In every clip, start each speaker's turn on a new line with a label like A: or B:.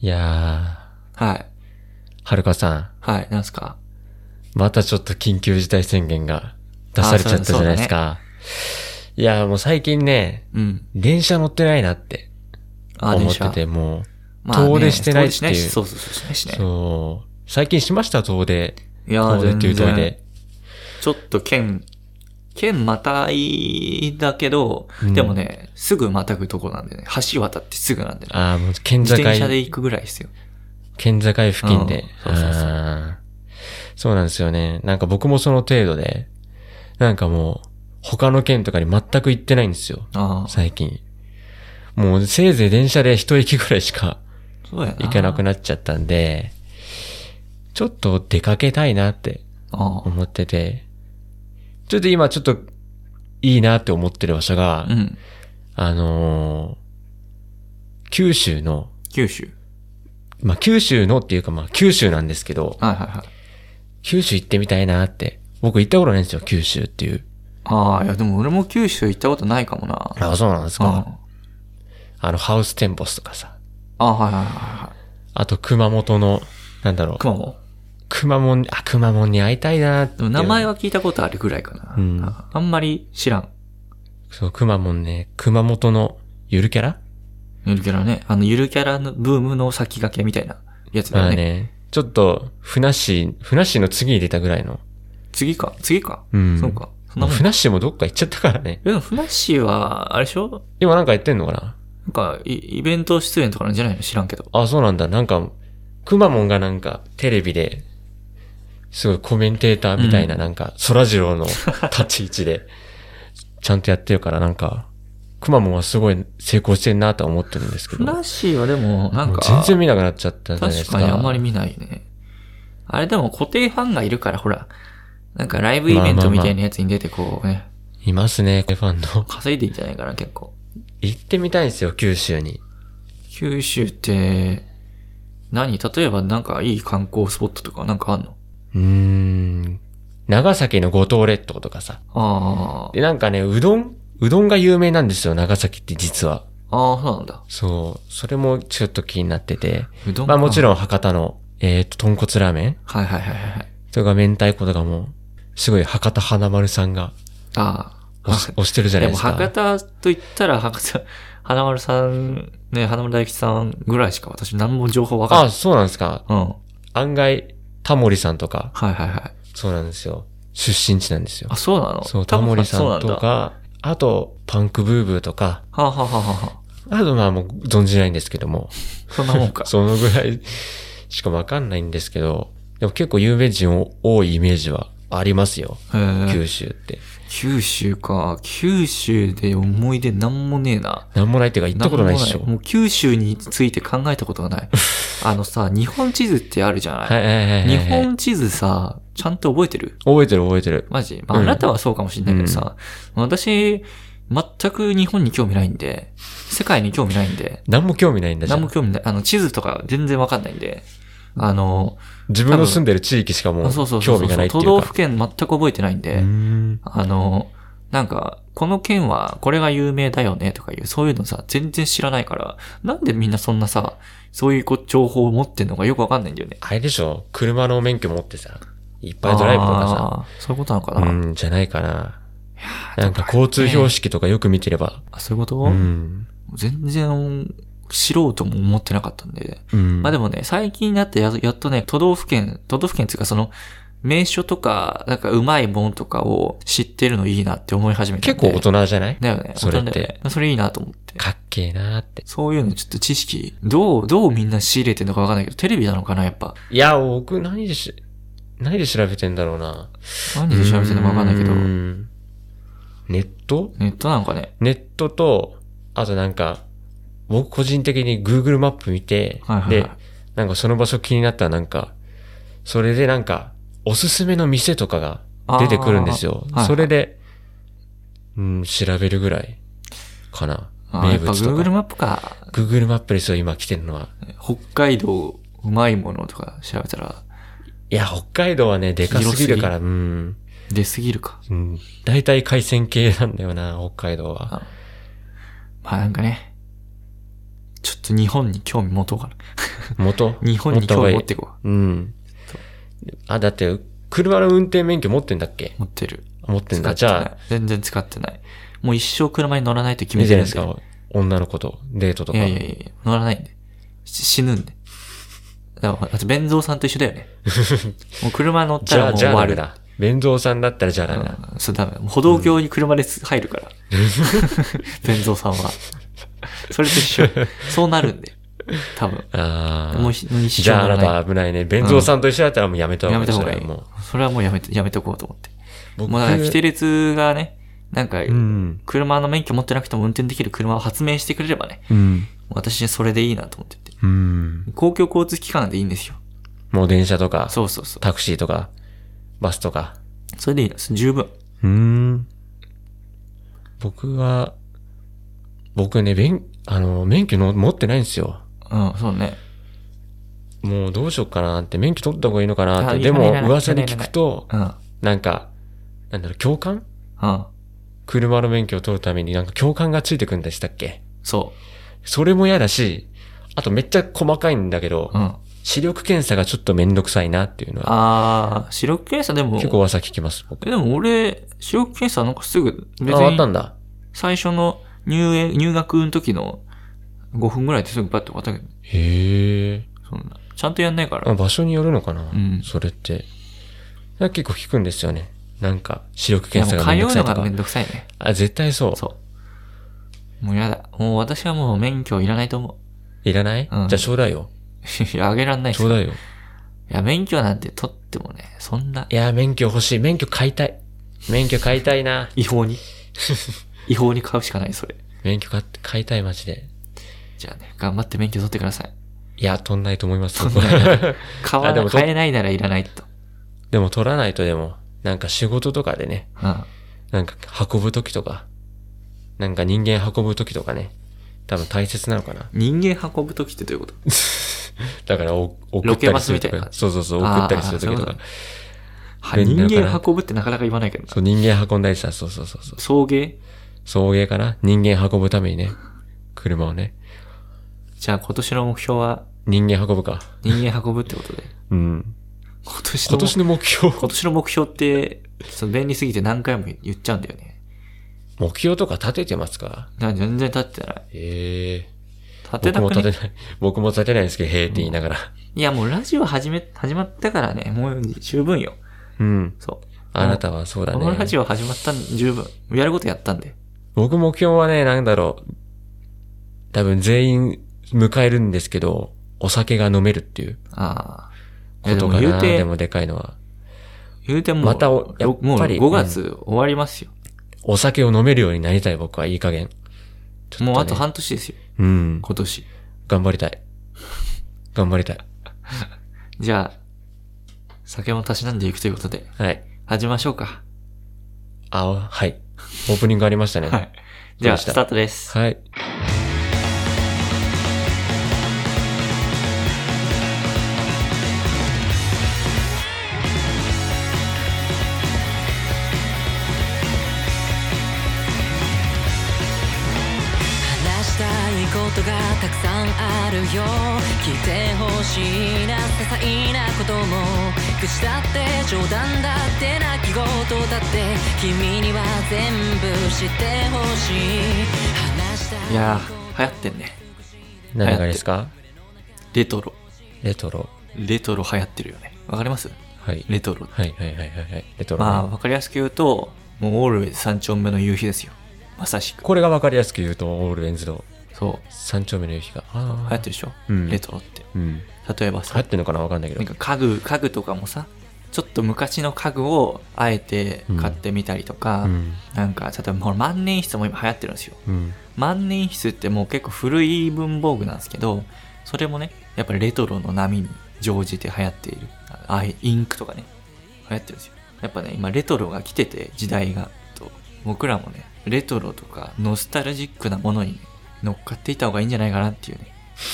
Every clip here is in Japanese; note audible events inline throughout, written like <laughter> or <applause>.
A: いや
B: はい。
A: ー、はるかさん、
B: はい。なんすか
A: またちょっと緊急事態宣言が出されちゃったじゃないですか。いやーもう最近ね、
B: うん。
A: 電車乗ってないなって
B: あ、
A: 思
B: 電
A: っ
B: 車
A: て。て、も
B: まあね
A: 遠出してないっていう
B: 遠出しないし、そうそうそう、しないし
A: う、
B: ね。
A: そう、最近しました遠出。
B: いや
A: 遠
B: ー、
A: 出っ
B: 全
A: ていう遠
B: 然
A: 出。
B: ちょっと県、県またいだけど、
A: うん
B: でもね、すぐまたぐとこなんでね、橋渡ってすぐなんでね。
A: あーもう県
B: 自
A: 境、
B: 転車で行くぐらいですよ。
A: 県境付近で。
B: うんそうそうそう
A: あーそうなんですよね。なんか僕もその程度で、なんかもう、他の県とかに全く行ってないんですよ。
B: ああ、
A: 最近。もうせいぜい電車で一駅ぐらいしか
B: そうやな。
A: 行けなく
B: な
A: なっちゃったんで、ちょっと出かけたいなって
B: あ
A: 思ってて、ちょっと今ちょっといいなって思ってる場所が、
B: あ、うん。
A: あのー九州の、
B: 九州。
A: まあ、九州のっていうかまあ、九州なんですけど、
B: はいはいはい。
A: 九州行ってみたいなって、僕行ったことないんですよ、九州っていう。
B: ああ、いや、でも俺も九州行ったことないかもな。
A: あ、そうなんですか。
B: あ
A: あの、ハウステンボスとかさ、
B: あ、はいはいはいは
A: あと熊本の、なんだろう
B: い。、熊本
A: 熊本に、あ、熊本に会いたいなーって
B: でも名前は聞いたことあるぐらいかな。
A: うん
B: ああんまり知らん。
A: そう、熊本ね、熊本のゆるキャラ
B: ゆるキャラね。あの、ゆるキャラのブームの先駆けみたいなやつだ
A: ま
B: よ
A: あ
B: ね。
A: ね、ちょっと、ふなっしー、ふなっしーの次に出たぐらいの。
B: 次か、次か。
A: うん。
B: そうか。そん
A: も
B: な
A: う
B: もん。
A: ふなっしーもどっか行っちゃったからね。
B: でも、ふなっしーは、あれでしょ
A: 今なんかやってんのかな
B: なんかイ、イベント出演とかなんじゃないの知らんけど。
A: あ、そうなんだ。なんか、くまモンがなんか、テレビで、すごいコメンテーターみたいな、
B: うん
A: なんか、そらジロー
B: <laughs>
A: の立ち位置で、ちゃんとやってるから、なんか、くまモンはすごい成功してんなとは思ってるんですけ
B: ふ
A: ど。
B: なっしーはでも、なん
A: もう
B: か、
A: 全然見なくなっちゃったじゃないで
B: 確
A: すか。
B: かにあんまり見ないね。あれでも固定ファンがいるから、ほら、なんかライブイベントみたいなやつに出てこうね、
A: いますね、ファンの。
B: 稼いでいいんじゃないかな、結構。
A: 行ってみたいんですよ、九州に。
B: 九州って、何例えばなんかいい観光スポットとかなんかあんの
A: うーん。長崎の五島列島とかさ。
B: ああ
A: で、なんかね、うどんうどんが有名なんですよ、長崎って実は。、
B: ああ、そうなんだ。
A: そう。それもちょっと気になってて。
B: うどん
A: まあもち
B: ん。
A: ろん博多の、えっ、と、豚骨ラーメン
B: はいはいはいはいはい。
A: とか明太子とかも、すごい博多華丸さんが
B: ああ。
A: 推し推してるじゃない
B: でも
A: ですか。
B: 博多と言ったら、博多、 <laughs> 花丸さん、ね、花丸大吉さんぐらいしか私何も情報わかんない。
A: あ、そうなんですか。
B: うん。はい
A: 案外、タモリさんとか、
B: はいはい。
A: そうなんですよ。出身地なんですよ
B: あ、。そうなの
A: そう、タモリさ
B: そうなんんだ。
A: と
B: は
A: か、あと、パンクブーブーとか、
B: あ、はあはあは
A: あとまあもう存じないんですけども、
B: あ、そんなもんか。
A: <laughs> そのぐらいしかわかんないんですけど、でも結構有名人多いイメージはありますよ。
B: へー
A: 九州って。
B: 九州か。九州で思い出なんもねえな。
A: なんもないっていうか行ったことないでし
B: ん
A: ょ
B: も。もう九州について考えたこと
A: <laughs>
B: がない。あのさ、日本地図ってあるじゃない、
A: はいはいはいはい。
B: 日本地図さ、ちゃんと覚えてる
A: 覚えてる覚えてる。
B: マジまあ、
A: う
B: あ
A: ん
B: なたはそうかもしれないけどさ、私、全く日本に興味ないんで、世界に興味ないんで、
A: 何も興味ないんだじゃ
B: 何
A: ん
B: も。興味ない。あの、地図とか全然わかんないんで、あの、
A: 自分の住んでる地域しかも
B: あそうそう
A: う
B: そ
A: 興
B: うそう
A: 味がないっていう
B: 都道
A: か
B: 府。県全く覚えてないん
A: う
B: で、
A: ーん
B: あの、なんか、この県はこれが有名だよねとかいう、そういうのさ、全然知らないから、なんでみんなそんなさ、そういうこ情報を持ってんのかよくわかんないんだよね。
A: あれでしょ車の免許持ってさ、いっぱいドライブとか
B: あーそういうことなのか
A: さ。
B: な、
A: うん、じゃないかな。
B: いやー
A: なんか交通標識とかよく見てれば。
B: あそういうこと、
A: うん。
B: 全然、知ろうとも思ってなかったんで。
A: うん。
B: まあでもね、最近になってややっとね、都道府県、都道府県っていうかその、名所とか、なんかうまいもんとかを知ってるのいいなって思い始めたんで。
A: 結構大人じゃない
B: だよね。
A: それって
B: 大人だよねそれいいなと思って。
A: かっけえなーって。
B: そういうのちょっと知識、どう、どうみんな仕入れてんのかわかんないけど、テレビなのかな、やっぱ。
A: いや、僕何でし、何で調べてんだろうな。
B: 何で調べてんのかわかんないけど
A: う、んネット
B: ネットなのかね。
A: ネットと、あとなんか、僕個人的に Google マップ見て、
B: はいはいはい
A: で、なんかその場所気になったらなんか、それでなんか、おすすめの店とかが出てくるんですよ。
B: あーはいはい
A: それで、うん、調べるぐらいかな。
B: あー
A: 名
B: やっぱ
A: 物と
B: Google
A: か。
B: マップか。
A: Google マップですよ、今来てるのは。
B: 北海道うまいものとか調べたら、
A: いや、北海道はね、でかすぎるから、うん。
B: 出すぎるか。
A: うん大体海鮮系なんだよな、北海道は。
B: あまあなんかね、ちょっと日本に興味持とうかな。
A: 元
B: 日本 <laughs> に
A: た方
B: 興
A: が
B: 味
A: いい
B: 持ってこ
A: うん。あ、だって、車の運転免許持ってんだっけ
B: う。持ってる。
A: 持ってん
B: 使
A: だ。
B: っ
A: じ
B: て
A: ゃ
B: な
A: あ、
B: い。全然使ってない。もう一生車に乗らないと決
A: いい
B: め
A: じ
B: て
A: ゃ
B: る
A: なんいで
B: で。
A: すか。女の子とデートとか。
B: いやいやいや、乗らないんで。し死ぬんで。だから、あと、弁蔵さんと一緒だ
A: <laughs>
B: よね。もう車乗っ
A: じ
B: たら
A: ゃ
B: も
A: あ、
B: う
A: じ
B: 終
A: ゃあ
B: わ
A: ダメ
B: る。
A: だ。弁蔵さんだったらじゃあダメだ。
B: うんそう、ダメ。もう歩道橋に車で入るから。 <laughs> 弁蔵さんは。それと一緒。そうなるんで。多分。
A: ああ。
B: もうひもう一
A: じ
B: 生
A: ゃあ
B: 乗
A: あ
B: ら
A: な
B: ない。
A: た危ないね。弁蔵さんと一緒だったらもうやめた方がい
B: や
A: い
B: め
A: で
B: た
A: す
B: 方
A: ね。
B: がいい。
A: もう
B: それはもうやめて、やめとこうと思って。
A: 僕
B: もうだから、規定列がね、なんか、
A: うん。
B: 車の免許持ってなくても運転できる車を発明してくれればね、
A: うん。
B: 私はそれでいいなと思ってて。
A: うん。
B: 公共交通機関でいいんですよ。
A: もう電車とか、
B: そうそうそう。
A: タクシーとか、バスとか。
B: それでいいです。十分。
A: うん。僕は、僕ね、免、あの、免許の持ってないんですよ。
B: うん、そうね。
A: もうどうしよっかなって、免許取った方がいいのかなっ
B: あ
A: て。
B: い
A: で
B: らな
A: も
B: いいら、ない
A: 噂に聞くと、
B: うん。うん。
A: なんか、なんだろう、共感
B: うん。
A: 車の免許を取るためになんか共感がついてくるんでしたっけ
B: そ
A: それも嫌だし、あとめっちゃ細かいんだけど
B: う。う、ん。
A: 視力検査がちょっとめんどくさいなっていうのは、
B: あー、視力検査でも、
A: 結構噂聞きます、僕。
B: えでも俺、視力検査なんかすぐ、別
A: あ、終わった
B: に
A: んだ。
B: 最初の入園、入学の時の5分ぐらいですぐパッと終わったけど、
A: へえ。
B: そんな。ちゃんとやんないから。
A: あ場所によるのかな、
B: ん
A: それって。だから結構聞くんですよね。なんか、視力
B: いや
A: 検
B: も
A: 査
B: う
A: がめんどく
B: 通
A: さ
B: うの
A: いと
B: が
A: か
B: め。んどくさいね。
A: あ、絶対そう。
B: そう。もうやだ。もう私はもう免許いらないと思
A: いらない、
B: うん
A: じゃあ、ちょうだいよ。
B: <laughs> う。いや、あげらんないっ
A: ち
B: す
A: ょう
B: い
A: だいよ。、
B: や、免許なんて取ってもね、そんない
A: やー、免許欲しい。免許買いたい。免許買いたいな。
B: 違法に。 <laughs> 違法に買うしかない、それ。
A: 免許買って、買いたい、マジで。
B: じゃあね、頑張って免許取ってください。
A: いや、取んないと思います。
B: 取んない買わ
A: あで
B: な
A: も取っ
B: 買えないならいらないと。
A: <laughs> でも取らないとでも、なんか仕事とかでね、
B: うん。
A: なんか運ぶときとか、なんか人間運ぶときとかね、多分大切なのかな。
B: 人間運ぶときってどういうこと
A: だからお、送
B: ロ
A: っ
B: ケ
A: た
B: バ
A: り
B: ス
A: す
B: み
A: る
B: た
A: と
B: いな
A: か。そうそうそう、送ったりするときと
B: あーそういうことね
A: か。
B: はい、
A: 便
B: 人
A: 利だから
B: 間運ぶってなかなか言わないけどな。
A: そう、人間運んだりさ、そうそうそうそう。
B: 送迎
A: 送迎かな人間運ぶためにね。車をね。
B: じゃあ今年の目標は
A: 人間運ぶか。
B: 人間運ぶってことで。
A: うん。
B: <laughs> 今年の
A: 今年の目標。
B: 今年の目標って、その便利すぎて何回も言っちゃうんだよね。
A: 目標とか立ててますか
B: だから全然立ってない。
A: ええ
B: 立
A: 僕
B: てた
A: も
B: くない。
A: 立てない。僕も立てないですけど、へえって言いながら。
B: いやもうラジオ始め、始まったからね、もう十分よ。
A: うん。
B: そう。
A: あなたはそうだ
B: このラ
A: ね。
B: ジオ始まったん十分。やることやったんで。
A: 僕目標はね、なんだろう。多分全員迎えるんですけど、お酒が飲めるっていう
B: ああ。
A: こ
B: いやで
A: と
B: も
A: か
B: 言
A: な。
B: う
A: で
B: て、
A: もでかいのは。
B: 言うてもう、
A: またおやっぱり
B: もう
A: うん
B: 5月終わりますよ。
A: お酒を飲めるようになりたい僕はいい加減。ちょっね
B: もうあと半年ですよ。
A: うん。
B: 今年。
A: 頑張りたい。頑張りたい。
B: じゃあ、酒もたしなんでいくということで、
A: はい。
B: 始めましょうか。
A: あ、はい。オープニングありましたね。
B: はい。じ
A: ど
B: ゃあ、
A: うでした
B: スタートです。
A: はい。
C: 話したいことがたくさんあるよ聞いてほしいな些細なことも口だって冗談だって泣き言だって君には全部知ってほしい話したい
B: いやー、流行ってんね。
A: 何がですか
B: レトロ。
A: レトロ。
B: レトロ流行ってるよね。わかります
A: はい。
B: レトロ。
A: はいはいはいはいはい。レトロ、ね
B: まあ、わかりやすく言うと、もうオールウェイズ3丁目の夕日ですよ。まさしく。
A: これがわかりやすく言うと、オールレンズド
B: そう。
A: 三丁目の夕日が。
B: 流
A: あ
B: 行ってるでしょ、
A: うん
B: レトロって。
A: ーうん。流
B: 例えばさ
A: 行っ、てるのかなわかんないけ
B: なん
A: ど。
B: か家具、家具とかもさ、ちょっと昔の家具をあえて買ってみたりとか、
A: うん。
B: なんか、例えばもう万年筆も今流行ってるんですよ。
A: うん。
B: 万年筆ってもう結構古い文房具なんですけど、それもね、やっぱりレトロの波に乗じて流行っている。ああいうインクとかね、流行ってるんですよ。やっぱね、今レトロが来てて、時代が。と僕らもね、レトロとかノスタルジックなものに、ね、乗っかっていった方がいいんじゃないかなっていうね、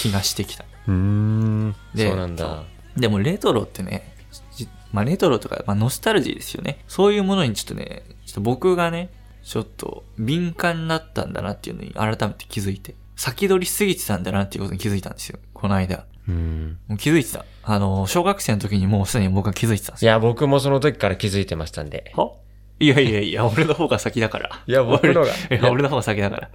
B: 気がしてきた。
A: うーん。
B: で
A: そうなんだ。
B: でもレトロってね、じまあ、レトロとか、まあ、ノスタルジーですよね。そういうものにちょっとね、ちょっと僕がね、ちょっと敏感になったんだなっていうのに改めて気づいて。先取りしすぎてたんだなっていうことに気づいたんですよ。この間。
A: うん。
B: もう気づいてた。あの、小学生の時にもうすでに僕は気づいてたんです
A: い
B: よ。
A: や、僕もその時から気づいてましたんで。
B: はいやいやいや、俺の方が先だから。
A: いや僕の方が
B: 俺いや俺の方が先だから。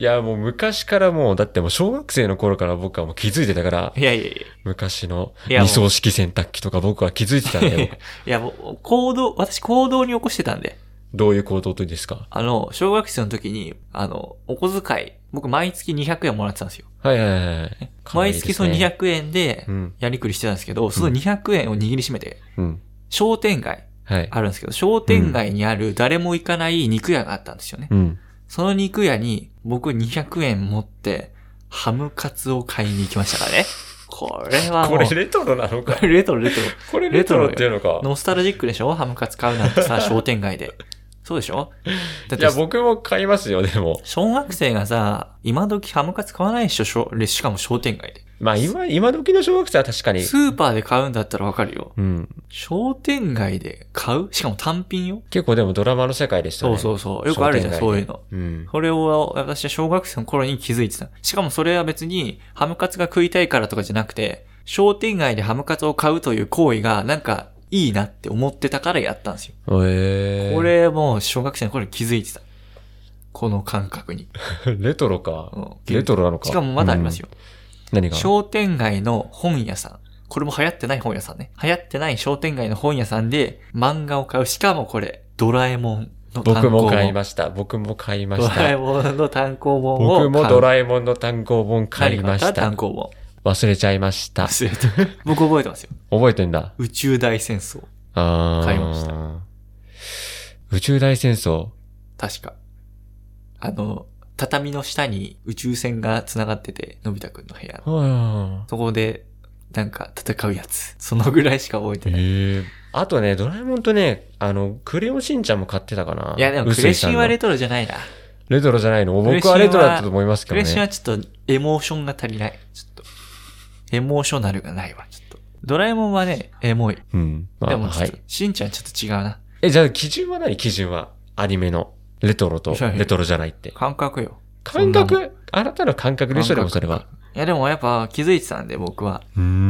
A: いや、もう昔からもう、だってもう小学生の頃から僕はもう気づいてたから、
B: いやいやいや。
A: 昔の
B: いやもう
A: 理想式洗濯機とか僕は気づいてたん
B: いや
A: で、
B: <laughs> いや、もう、行動、私行動に起こしてたんで。
A: どういう行動とですか
B: あの、小学生の時に、あの、お小遣い、僕毎月200円もらってたんですよ。
A: はいはいはいはい。可愛い
B: 毎
A: ですね
B: 月その200円で
A: う、ん。
B: やりくりしてたんですけど、その200円を握りしめて、
A: うん。
B: 商店街
A: はい。
B: あるんですけど、商店街にある誰も行かない肉屋があったんですよね。
A: うん。
B: その肉屋に、僕200円持って、ハムカツを買いに行きましたからね。これは
A: こ
B: もう、
A: れレトロなのか
B: レトロレトロ。
A: <laughs> これレトロっていうのか
B: ノスタルジックでしょハムカツ買うなんてさ、商店街で。そうでしょだ
A: い
B: って
A: や、、僕も買いますよ、でも。
B: 小学生がさ、今時ハムカツ買わないでしょしょしかも商店街で。
A: まあ今、今時の小学生は確かに。
B: スーパーで買うんだったらわかるよ。
A: うん。
B: 商店街で買うしかも単品よ。
A: 結構でもドラマの世界でした
B: そ
A: ね。
B: うそうそう。よくあるじゃ
A: 商
B: ん、
A: 店街で
B: そういうの。
A: うん。
B: それを私は小学生の頃に気づいてた。しかもそれは別にハムカツが食いたいからとかじゃなくて、商店街でハムカツを買うという行為がなんかいいなって思ってたからやったんですよ。
A: えー、
B: これもう小学生の頃に気づいてた。この感覚に。
A: レトロ
B: う
A: か
B: ん。
A: レトロなのか。
B: しかもまだありますよ。
A: うん。何が
B: 商店街の本屋さん。これも流行ってない本屋さんね。流行ってない商店街の本屋さんで漫画を買う。しかもこれ、ドラえもんの単
A: 僕
B: 行本。
A: も買いました。僕も買いまし
B: ドラえ
A: た。
B: もんの単行本を買う。
A: 僕もド
B: え
A: ラえもんの単行本買いまし
B: 単
A: た。
B: 行本。
A: 忘れちゃいました。
B: 忘れた。
A: <laughs>
B: 僕覚えてますよ。
A: 覚えてんだ。
B: 宇宙大戦争。
A: あー
B: 買いました。
A: 宇宙大戦争。
B: 確か。あの、畳の下に宇宙船が繋がってて、のび太くんの部屋。
A: はあ
B: そこで、なんか戦うやつ。そのぐらいしか覚えて
A: え
B: ない。
A: ーあとね、ドラえもんとね、あの、クレヨンしんちゃんも買ってたかな。
B: いやでも
A: う
B: ク
A: す
B: レ
A: いさ
B: シ
A: ん
B: ン
A: の
B: はレトロじゃないな。
A: レトロじゃないの
B: クレ
A: 僕
B: シンは
A: はレトロだったと思いますけ
B: ク
A: ど
B: レシン
A: ね。
B: はちょっとエモーションが足りない。ちょっと。エモーショナルがないわ、ちょっと。ドラえもんはね、エモい。
A: うん。ま
B: で
A: あ、
B: もちょ
A: は
B: っと、
A: い。
B: しんちゃんちょっと違うな。
A: え、じゃあ基準は何基準は。アニメの。レトロと
B: いやいや
A: レトロじゃないって。
B: 感覚よ。
A: 感
B: そん
A: 覚あなたの感覚でしょ、でもそれは。
B: いやでもやっぱ気づいてたんで僕は、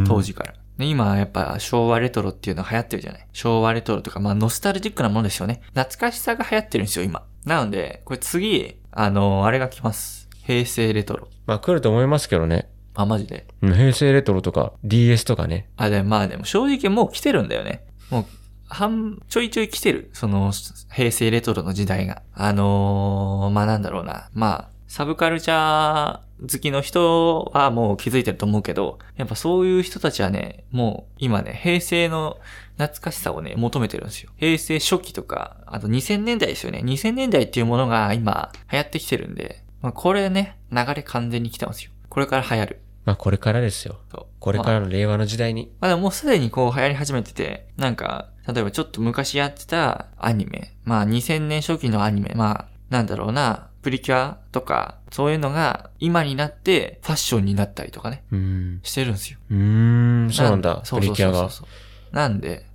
B: 当
A: 当。
B: 時から。で今やっぱ昭和レトロっていうの流行ってるじゃない昭和レトロとか、まあノスタルジックなものですよね。懐かしさが流行ってるんですよ、今。なので、これ次、あのあれが来ます。平成レトロ。
A: まあ来ると思いますけどね。
B: あ、マジで。
A: うん平成レトロとか DS とかね。
B: あ、でもまあでも正直もう来てるんだよね。もう、半、ちょいちょい来てる。その、平成レトロの時代が。あのー、まあなんだろうな。まあ、サブカルチャー好きの人はもう気づいてると思うけど、やっぱそういう人たちはね、もう今ね、平成の懐かしさをね、求めてるんですよ。平成初期とか、あと2000年代ですよね。2000年代っていうものが今流行ってきてるんで、まあこれね、流れ完全に来てますよ。これから流行る。
A: まあこれからですよ。
B: そう
A: これからの令和の時代に。
B: まあでももうすでにこう流行り始めてて、なんか、例えばちょっと昔やってたアニメ、まあ2000年初期のアニメ、まあなんだろうな、プリキュアとか、そういうのが今になってファッションになったりとかね、
A: うん。
B: してるんですよ。
A: うーん、そうなんだ。
B: そ
A: プ
B: うそ
A: リ
B: う
A: キュ
B: そ
A: ア
B: うそう
A: が。
B: そう。なんで、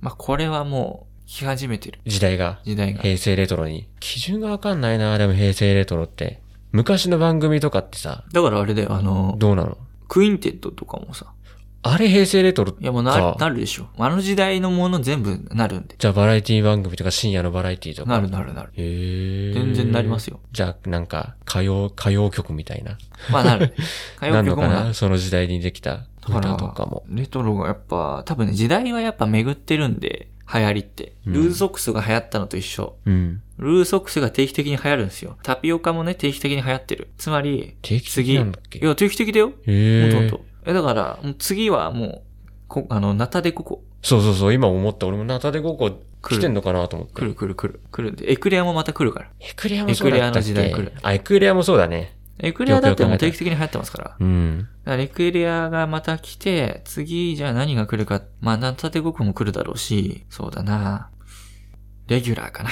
B: まあこれはもう来始めてる
A: 時代が。
B: 時代が。
A: 平成レトロに。基準がわかんないな、でも平成レトロって。昔の番組とかってさ、
B: だからあれだよ、あの、
A: どうなの
B: クインテッドとかもさ、
A: あれ平成レトロ
B: いやもうな
A: か
B: なるでしょ。あの時代のもの全部なるんで。
A: じゃあバラエティ番組とか深夜のバラエティとか。
B: なるなるなる。
A: へー
B: 全然なりますよ。
A: じゃあなんか、歌謡、歌謡曲みたいな。
B: まあ
A: <laughs>
B: なる。歌謡
A: なの
B: 曲も
A: か
B: なる
A: な。その時代にできた
B: だ
A: 歌とかも。
B: レトロがやっぱ、多分ね、時代はやっぱ巡ってるんで、流行りって。
A: うん
B: ルーズソックスが流行ったのと一緒。
A: うん。
B: ルーズソックスが定期的に流行るんですよ。タピオカもね、定期的に流行ってる。つまり、
A: 定期的
B: 次、い
A: なんだっけ
B: や、定期的だよ。も
A: へ
B: とも
A: ー
B: と。え、だから、もう次はもう、こあの、ナタデココ。
A: そうそうそう、今思った。俺もナタデ高校
B: 来
A: 来
B: る
A: てんのかなと思って。
B: 来る来る来る。来るんで。エクレアもまた来るから。
A: エクレアもそうだったっけ
B: エクレアの時代来る
A: あ、エクレアもそうだね。
B: エクレアだってもう
A: よくよく考えたら
B: 定期的に流行ってますから。
A: うん。
B: だからエクレアがまた来て、次、じゃあ何が来るか。まあ、ナタデココも来るだろうし、そうだな。レギュラーかな。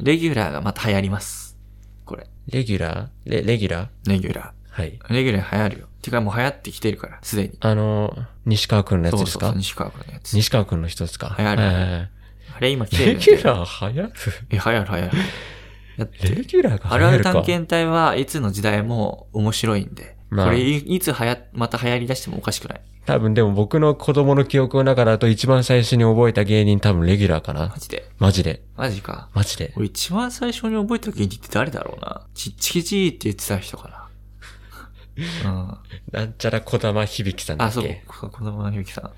B: レギュラーがまた流行ります。これ。
A: レギュラーレ、レギュラー
B: レギュラ
A: はい。
B: ー。レギュラー流行るよ。てかもう流行ってきてるから、すでに。
A: あの、西川くんのやつ
B: そう
A: です
B: そうそう、
A: か
B: 西川君のやつ。
A: 西川くんの人ですか
B: 流行る
A: はいはいはい
B: あれ今来てる
A: レ
B: んで。
A: ギュラー流行る
B: え、流行る流行る。だって
A: レギュラーが
B: あ
A: 流
B: るあ
A: 行
B: る
A: るか。
B: 探検隊はいつの時代も面白いんで。
A: まあ
B: これいいつはや、また流行り出してもおかしくない。
A: 多分でも僕の子供の記憶の中だと一番最初に覚えた芸人多分レギュラーかな
B: マ。ジで。
A: マジで。
B: マジか。
A: マジで。
B: 俺一番最初に覚えた芸人って誰だろうな。ちっちきじーって言ってた人かな。
A: なんちゃら小玉響さん
B: うん。
A: だ
B: あ、
A: っ
B: そう
A: け。。
B: こ子供のゆきさん。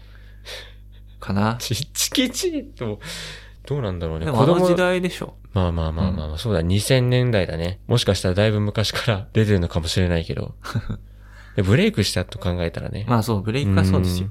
B: かな。
A: ちちきちと、どうなんだろうね。
B: で
A: 子
B: もあの
A: 供
B: 時
A: の
B: 代でしょ。
A: まあまあまあまあまあ、そうだ、2000年代だね。もしかしたらだいぶ昔から出てるのかもしれないけ
B: <laughs>
A: ど。でブレイクしたと考えたらね。
B: まあそう、ブレイクはそうですよ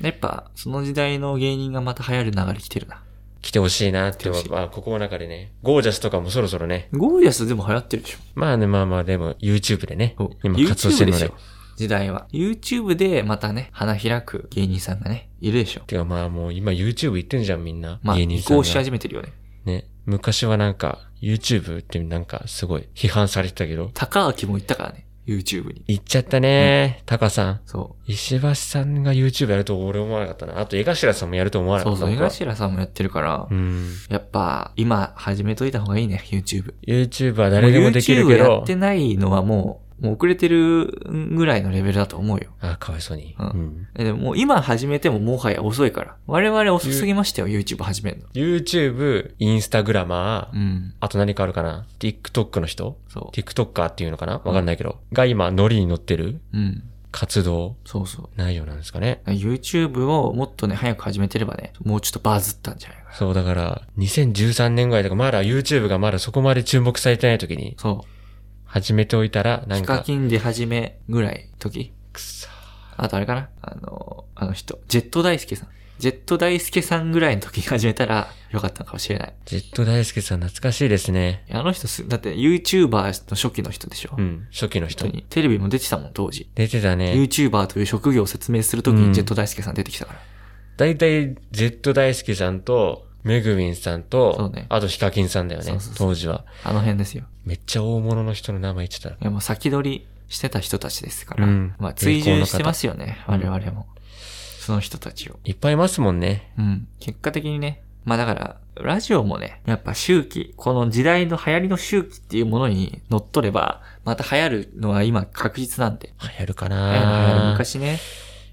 A: う。
B: やっぱ、その時代の芸人がまた流行る流れ来てるな。
A: 来てほしいなって
B: 来てほしい
A: まあ、ここの中でね。ゴージャスとかもそろそろね。
B: ゴージャスでも流行ってるでしょ。
A: まあね、まあまあ、でも YouTube でね
B: そう。
A: 今活動してるの
B: YouTube
A: で。
B: しょ時代は。YouTube でまたね、花開く芸人さんがね、いるでしょ。
A: てかまあもう今 YouTube 行ってんじゃんみんな。
B: まあ、
A: 芸人
B: 移
A: さん
B: 行し
A: が。
B: 始めてるよね。
A: ね。昔はなんか YouTube ってなんかすごい批判されてたけど。
B: 高明も行ったからね、YouTube に。
A: 行っちゃったねタカさん。
B: そ
A: 石橋さんが YouTube やると俺思わなかったな。あと江頭さんもやると思わ
B: う。
A: なかっ
B: そう
A: た。
B: そう、江
A: 僕は
B: 頭さんもやってるから、
A: うん。
B: やっぱ、今始めといた方がいいね、YouTube。
A: YouTube は誰でもできるけ
B: YouTube や
A: ど
B: っ。てないのはもう、もう遅れてるぐらいのレベルだと思うよ。
A: あ、かわいそうに。
B: うん
A: うん
B: えでももう今始めてももはや遅いから。我々遅すぎましたよ、YouTube 始めるの。
A: YouTube、インスタグラマ
B: う
A: ー、
B: ん。
A: あと何かあるかな ?TikTok の人
B: そ
A: ?TikToker っていうのかなわかんないけど。が今、ノリに乗ってる
B: う。うん。
A: 活動
B: そうそう。
A: 内容なんですかね。
B: YouTube をもっとね、早く始めてればね、もうちょっとバズったんじゃないかな。
A: そう、だから、2013年ぐらいとか、まだ YouTube がまだそこまで注目されてない時に、
B: そ
A: 始めておいたら、
B: う。
A: な
B: ヒ
A: ん
B: カ
A: か、
B: キン出始めぐらい時
A: くそ
B: あとあれかなあの、あの人。ジェット大輔さん。ジェット大輔さんぐらいの時に始めたらよかったのかもしれない。
A: ジェット大輔さん懐かしいですね。
B: あの人す、だって YouTuber の初期の人でしょ、
A: う
B: 本
A: ん、初期の人
B: 当。に。テレビも出てたもん、当時。
A: 出てたね。
B: YouTuber という職業を説明するとき
A: うん
B: にジェット大輔さん出てきたから。
A: だいたい、ジェット大輔さんと、めぐみんさん
B: そ
A: と、
B: うね
A: あとヒカキンさんだよ
B: そ
A: ね
B: うそう、そう
A: 当時は。
B: あの辺ですよ。
A: めっちゃ大物の人の名前言ってた。
B: いや、もう先取りしてた人たちですから。
A: うん
B: まあ、追従してますよね、我々も。その人たちを。
A: いっぱいいますもんね。
B: うん。結果的にね、まあだから、ラジオもね、やっぱ周期、この時代の流行りの周期っていうものに乗っ取れば、また流行るのは今確実なんで。
A: 流行るか
B: 流行る流行る
A: な
B: 昔ね、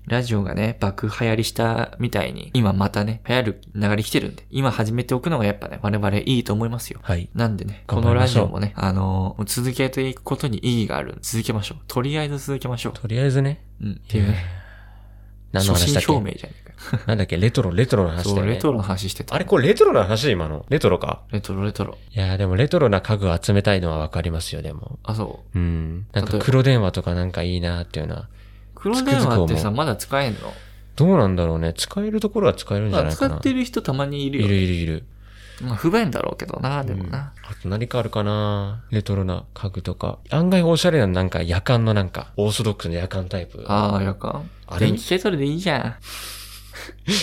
B: ラジオがね、爆流行りしたみたいに、今またね、流行る流れ来てるんで、今始めておくのがやっぱね、我々いいと思いますよ。
A: はい。
B: なんでね、こ
A: 頑張
B: の
A: りま
B: ラ
A: し
B: ジ
A: ょう
B: オもね、あのーもう続けていくことに意義がある。続けましょう。とりあえず続けましょう。
A: とりあえずね、
B: うん。っていうね、
A: 何の
B: 初
A: 話
B: 心
A: だっけ
B: 表明じゃねえか。
A: なんだっけレトロ、レトロの話
B: そ
A: だ
B: う、
A: よね。
B: レトロの話してた。
A: あれこれレトロの話今の。レトロか
B: レトロ、レトロ。
A: いやーでもレトロな家具を集めたいのはわかりますよ、でも。
B: あ、そう。
A: うん。なん
B: 例
A: か
B: えば
A: 黒電話とかなんかいいなーっていうのは。
B: 黒電話って
A: つくづく
B: さ、
A: 思
B: まだ使えんの
A: どうなんだろうね。使えるところは使えるんじゃ
B: ま
A: な
B: あ
A: い
B: 使
A: かな。
B: ってる人たまにいる
A: い
B: よ。
A: るいるいる。
B: まあ、不便だろうけどな、でもな。
A: あと何かあるかなレトロな家具とか。案外おしゃれななんか夜間のなんか、オーソドックスの夜間タイプ。
B: ああ、やか
A: あれ
B: 電気ケトルでいいじゃ
A: <laughs>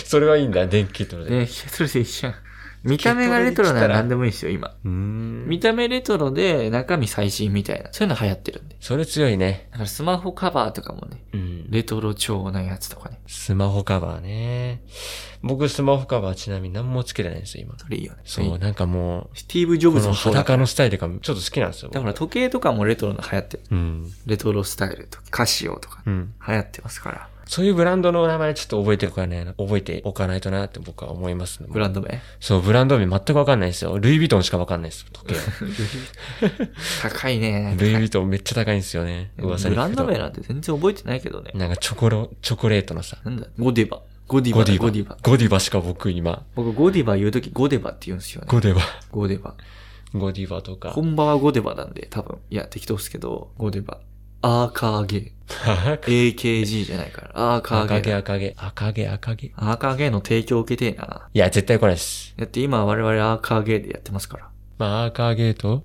A: それはいいんだ、電気ケトル
B: ん。
A: で。
B: 電気ケトルでいいじゃん。見た目がレトロなら何でもいいですよ、今。
A: うーん。
B: 見た目レトロで中身最新みたいな。そういうの流行ってるんで。
A: それ強いね。
B: だからスマホカバーとかもね、
A: うん。
B: レトロ調なやつとかね。
A: スマホカバーね。僕スマホカバーちなみに何もつけてないんですよ、今。
B: それいいよね。
A: そう、なんかも
B: スティーブ・ジョ
A: う、こ
B: ブズ
A: の
B: もそうだ
A: 裸のスタイルがちょっと好きなんですよ。
B: だから時計とかもレトロの流行ってる。
A: うん。
B: レトロスタイルとか、カシオとか
A: うん。
B: 流行ってますから。
A: そういうブランドの名前ちょっと覚えておかないな、覚えておかないとなって僕は思いますね
B: ブランド名。
A: そう、ブランド名全くわかんないですよ。ルイ・ヴィトンしかわかんないです、時計は。
B: 高いね。
A: ルイ・ヴィトンめっちゃ高いんですよ
B: <laughs>
A: ね。噂
B: ブ
A: に
B: ラ
A: 聞
B: ン
A: く
B: ド
A: と。
B: 名なんて全然覚えてないけどね。
A: なんかチョコロ、チョコレートのさ、
B: なんだゴディバ。ゴディバ
A: ゴ
B: だ。
A: ディ
B: ゴ
A: バ。
B: ディバ。
A: ゴディバしか僕今、
B: 僕、ゴディバ言うとき、ゴディバって言うんですよね。
A: ゴディバ。
B: ゴディバ。
A: ゴディバとか。 <laughs>
B: 本場はゴディバなんで、多分。いや、適当っすけど、ゴディバ。アーカーゲー。AKG じゃないから。アーカ
A: 赤
B: ー
A: 毛
B: ゲー。
A: 赤毛。赤毛赤毛。い
B: アーカーゲーの提供を受けてえな。
A: や、絶対来ないです。
B: だって今我々アーカーゲーでやってますから。
A: まあ、赤毛と、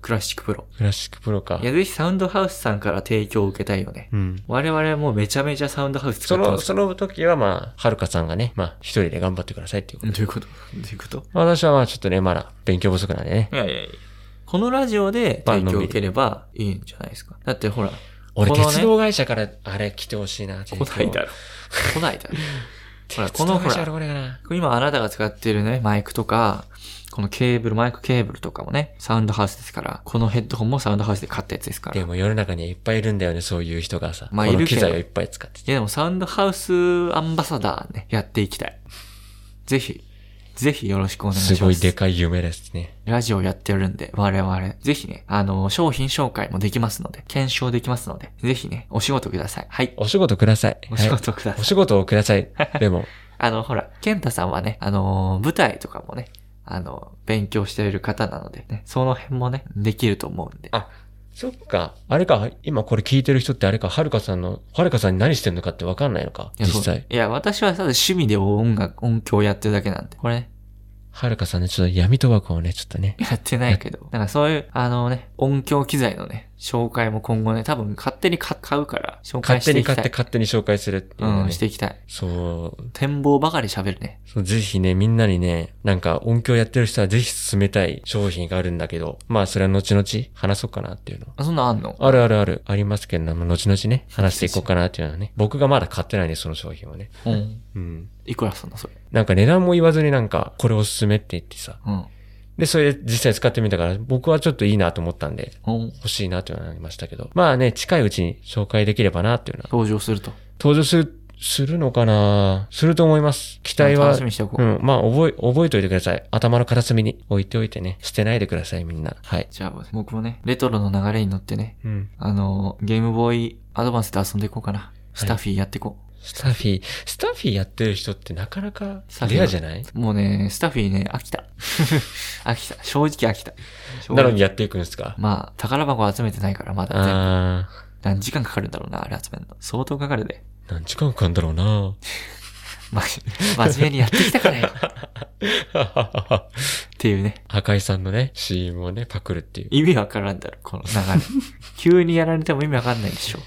B: クラシックプロ。
A: クラシックプロか
B: い。や、ぜひサウンドハウスさんから提供を受けたいよね。
A: うん。
B: 我々もうめちゃめちゃサウンドハウス使
A: そ
B: ってま
A: の、
B: すか
A: その時はまあ、はるかさんがね、まあ、一人で頑張ってくださいっていうこ
B: ら。
A: と。
B: どういうことどういうこと
A: まあ私はまあ、ちょっとね、まだ勉強不足なんでね
B: い。やいやいや。このラジオで提供を受ければいいんじゃないですか。だってほら、
A: 俺、
B: このね
A: 鉄道会社からあれ来てほしいな、
B: 来ないだろ。来ないだろ。ほら、このほら、
A: これかな。
B: 今あなたが使ってるね、マイクとか、このケーブル、マイクケーブルとかもね、サウンドハウスですから、このヘッドホンもサウンドハウスで買ったやつですから。
A: でも世の中にはいっぱいいるんだよね、そういう人がさ。
B: まあ
A: この
B: いる
A: 機
B: けど
A: 材をいっぱい使ってて。
B: いやでもサウンドハウスアンバサダーね、やっていきたい。ぜひ、ぜひよろしくお願いしますす。
A: ごいでかい夢ですね。
B: ラジオやってるんで、我々。ぜひね、あの、商品紹介もできますので、検証できますので、ぜひね、お仕事ください。はい。
A: お仕事ください。
B: お仕
A: はい
B: 事ください。
A: お仕事をください。で <laughs> も、
B: あの、ほら、ケンタさんはね、あのー舞台とかもね、あの、勉強している方なので、ね、その辺もね、できると思うんで。
A: あそっか、あれか、今これ聞いてる人ってあれか、はるかさんの、はるかさんに何してんのかってわかんないのか、
B: いや
A: 実
B: そう
A: 際。
B: いや、私はただ趣味で音楽、音響やってるだけなんで、これ、ね、
A: はるかさんね、ちょっと闇賭博をね、ちょっとね。
B: やってないけど、なんかそういう、あのね、音響機材のね、紹介も今後ね、多分勝手に買買うから、紹介
A: 勝
B: して
A: 手
B: い
A: に
B: きたい。
A: 買って勝手に紹介するっていうの
B: う
A: ね
B: ん、していきたい。
A: そう
B: 展望ばかり喋るね。
A: そう。ぜひね、みんなにね、なんか音響やってる人はぜひ進めたい商品があるんだけど、まあそれは後々話そうかなっていうのは。
B: あそんなんあんの
A: あるあるある、ありますけど、まあ後々ね、話していこうかなっていうのはね。僕がまだ買ってないんで、その商品をね。
B: うん。
A: うん。
B: いくらすんのそれ。
A: なんか値段も言わずになんか、これおすすめって言ってさ。
B: うん。
A: で、それで実際使ってみたから、僕はちょっといいなと思ったんで、
B: うん。
A: 欲しいなというのはなりましたけど。まあね、近いうちに紹介できればなっていうのは。
B: 登場すると。
A: 登場する、するのかなすると思います。期待は。
B: 楽しみにしておこう
A: うん、まあ覚え、覚えておいてください。頭の片隅に置いておいてね。捨てないでください、みんな。はい。
B: じゃあ、僕もね、レトロの流れに乗ってね、
A: うん。
B: あの、ゲームボーイアドバンスで遊んでいこうかな。スタッフィーやっていこ
A: スタッフィー、スタッフィーやってる人ってなかなか
B: スタッフィー。
A: レアじゃないう
B: もうね、スタッフィーね、飽
A: <laughs>
B: きた。飽きた。正直飽きた。正
A: なの
B: 直
A: にやっていくんですか
B: まあ、宝箱集めてないから、まだ全部。
A: あ
B: 何時間かかるんだろうな、あれ集めるの。相当かかるで。
A: ー、何時間かかんだろうな <laughs>
B: ま、真面目にやってきたからよ。っていうね。
A: 赤井さんのね、CM をね、パクるっていう。
B: 意味わからんだろ、この流
A: <laughs>
B: れ。急にやられても意味わかんないでしょ。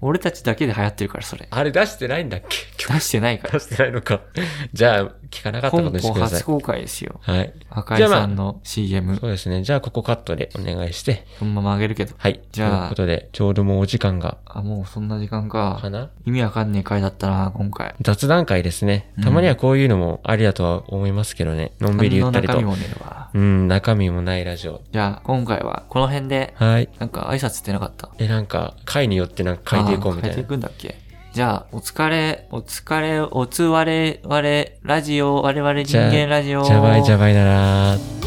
B: 俺たちだけで流行ってるから、それ。
A: あれ出してないんだっけ今
B: 出してないか
A: 日出
B: ら。
A: してないのか。 <laughs> じゃあ、聞かなかったこと
B: 本
A: にして
B: 邦
A: ください
B: 初。公開ですよ。
A: はい。
B: 赤
A: じゃ
B: 井
A: あまあ
B: さんの CM
A: そ、うですね。じゃあ、ここカットでお願いして。
B: そのまま上げるけど。
A: はい。
B: じゃあ
A: ということで、ちょうどもうお時間が、
B: あ、もうそんな時間
A: か
B: か。
A: な
B: 意味わかんねえ回だったな、今回。
A: 雑談会ですね。たまにはこういうのもありだとは思いますけどね。のんびりゆったり
B: 何の中身
A: と。
B: もねえわ。
A: うん、中身もないラジオ。
B: じゃあ、今回はこの辺で、
A: はい。
B: なんか挨拶ってなかった
A: え、なんか、回によってなんか変えていこうみた
B: あー
A: い
B: 変えてい
A: な。
B: くんだっけじゃあ、お疲れ、お疲れ、おつわれ、われ、ラジオ、我々人
A: じゃあ
B: 間ラジオ。
A: じゃばいじゃばいならー。